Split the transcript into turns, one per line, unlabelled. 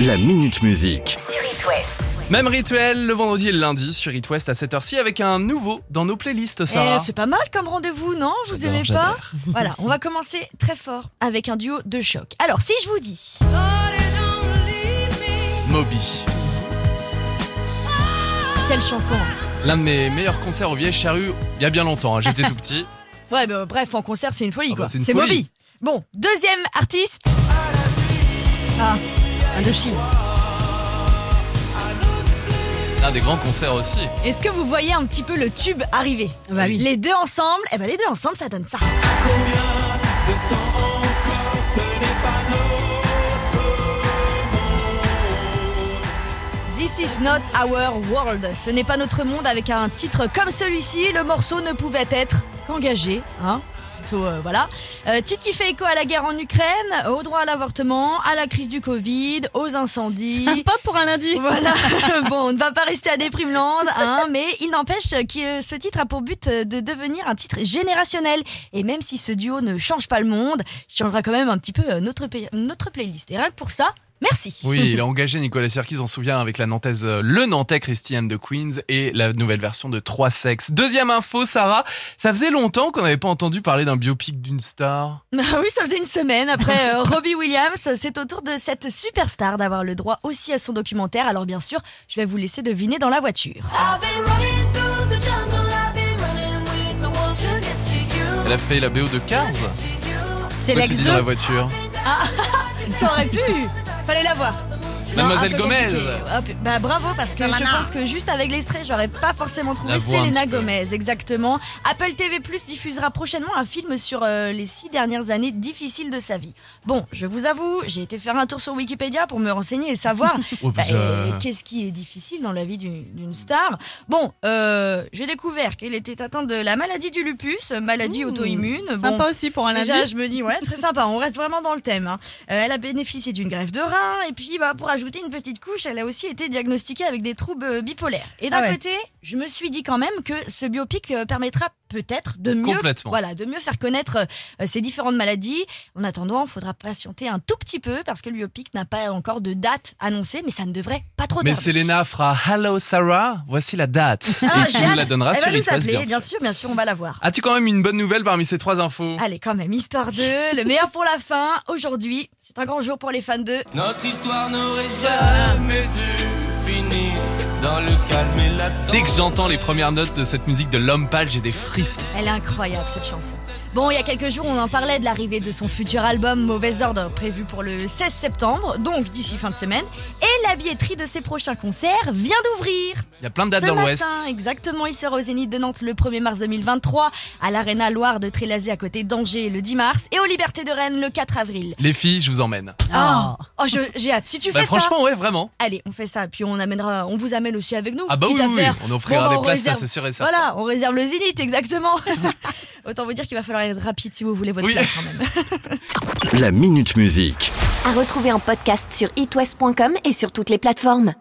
La Minute Musique.
sur It West.
Même rituel le vendredi et le lundi sur It West à cette heure-ci avec un nouveau dans nos playlists,
Eh,
Sarah.
c'est pas mal comme rendez-vous, non Vous
J'adore,
aimez
j'adore.
pas Voilà, on va commencer très fort avec un duo de choc. Alors, si je vous dis,
Moby.
quelle chanson
L'un de mes meilleurs concerts au Vieille Charrue il y a bien longtemps, hein, j'étais tout petit.
Ouais, bah, bref, en concert, c'est une folie,
Ah
quoi.
bah, c'est une
c'est
folie.
Moby. Bon, deuxième artiste. Ah, Indochine.
L'un des grands concerts aussi.
Est-ce que vous voyez un petit peu le tube arriver Les deux ensemble, eh ben les deux ensemble, ça donne ça. This is not our world. Ce n'est pas notre monde avec un titre comme celui-ci. Le morceau ne pouvait être qu'engagé, hein Plutôt, euh, voilà. Euh, titre qui fait écho à la guerre en Ukraine, au droit à l'avortement, à la crise du Covid, aux incendies.
Pas pour un lundi.
Voilà, bon, on ne va pas rester à Déprimeland, hein, mais il n'empêche que ce titre a pour but de devenir un titre générationnel. Et même si ce duo ne change pas le monde, il changera quand même un petit peu euh, notre, pay- notre playlist. Et rien que pour ça, merci.
Oui, il a engagé Nicolas Sirkis, on se souvient, avec la nantaise, euh, le nantais Christiane de Queens et la nouvelle version de Trois Sexes. Deuxième info, Sarah, ça faisait longtemps qu'on n'avait pas entendu parler d'un biopic d'une star.
Ah oui, ça faisait une semaine après euh, Robbie Williams. C'est au tour de cette superstar d'avoir le droit aussi à son documentaire. Alors bien sûr, je vais vous laisser deviner dans la voiture.
I've been running through the jungle, I've been running with the wolves to get to you.
Elle a fait la BO de Cars.
To you.
C'est Bah, l'ex
Toi, Bah, tu dis dans la voiture.
Ça aurait pu. Fallait la voir. Non,
Mademoiselle
un peu
Gomez.
compliqué. Hop, bah bravo parce que je pense que juste avec l'extrait j'aurais pas forcément
La
trouvé
voix un
Selena
petit peu.
Gomez exactement. Apple TV Plus diffusera prochainement un film sur euh, les six dernières années difficiles de sa vie. Bon, je vous avoue, j'ai été faire un tour sur Wikipédia pour me renseigner et savoir
Oh,
bah,
parce que,
euh,
euh,
qu'est-ce qui est difficile dans la vie d'une d'une star. Bon, euh, j'ai découvert qu'elle était atteinte de la maladie du lupus, maladie
Ouh,
auto-immune. Bon,
Mmh, Sympa aussi pour un lundi.
Déjà, je me dis, ouais, très sympa, on reste vraiment dans le thème. hein. Euh, elle a bénéficié d'une greffe de rein, et puis bah, pour ajouter une petite couche, elle a aussi été diagnostiquée avec des troubles euh, bipolaires. Et d'un
Ah ouais.
côté, je me suis dit quand même que ce biopic euh, permettra peut-être de mieux,
Complètement.
voilà, de mieux faire connaître euh, ces différentes maladies. En attendant, il faudra patienter un tout petit peu, parce que le biopic n'a pas encore de date annoncée, mais ça ne devrait pas trop
Mais
tarder.
Selena fera Hello Sarah, voici la date.
Ah,
et
j'ai
tu nous
hâte.
la donneras
Elle
sur
va
It
nous
West,
appeler,
bien sûr.
bien sûr, bien sûr, on va la voir.
As-tu quand même une bonne nouvelle parmi ces trois infos
Allez, quand même, histoire 2, le meilleur pour la fin. Aujourd'hui, c'est un grand jour pour les fans de
Notre histoire n'aurait jamais dû finir dans le calme et la
Dès que j'entends les premières notes de cette musique de l'homme pâle, j'ai des frissons.
Elle est incroyable cette chanson. Bon, il y a quelques jours, on en parlait de l'arrivée de son futur album Mauvais Ordre, prévu pour le 16 septembre, donc d'ici fin de semaine. Et la billetterie de ses prochains concerts vient d'ouvrir.
Il y a plein de dates
Ce
dans l'Ouest.
matin, exactement, il sera au Zénith de Nantes le 1er mars 2023, à l'Arena Loire de Trélazé à côté d'Angers le 10 mars, et aux Libertés de Rennes le 4 avril.
Les filles, je vous emmène.
Oh, oh, je- j'ai hâte. Si tu
Bah,
fais ça,
franchement, ouais, vraiment.
allez, on fait ça, puis on amènera, on vous amène aussi avec nous.
Ah bah oui,
quitte à
oui, oui,
faire-
on offrira
Bon, bah,
des
on
places, ça
réserve-
c'est sûr et certain.
voilà, on réserve le Zénith, exactement. Autant vous dire qu'il va falloir être rapide si vous voulez votre
Oui.
place quand même.
La Minute Musique.
À retrouver en podcast sur itwest.com et sur toutes les plateformes.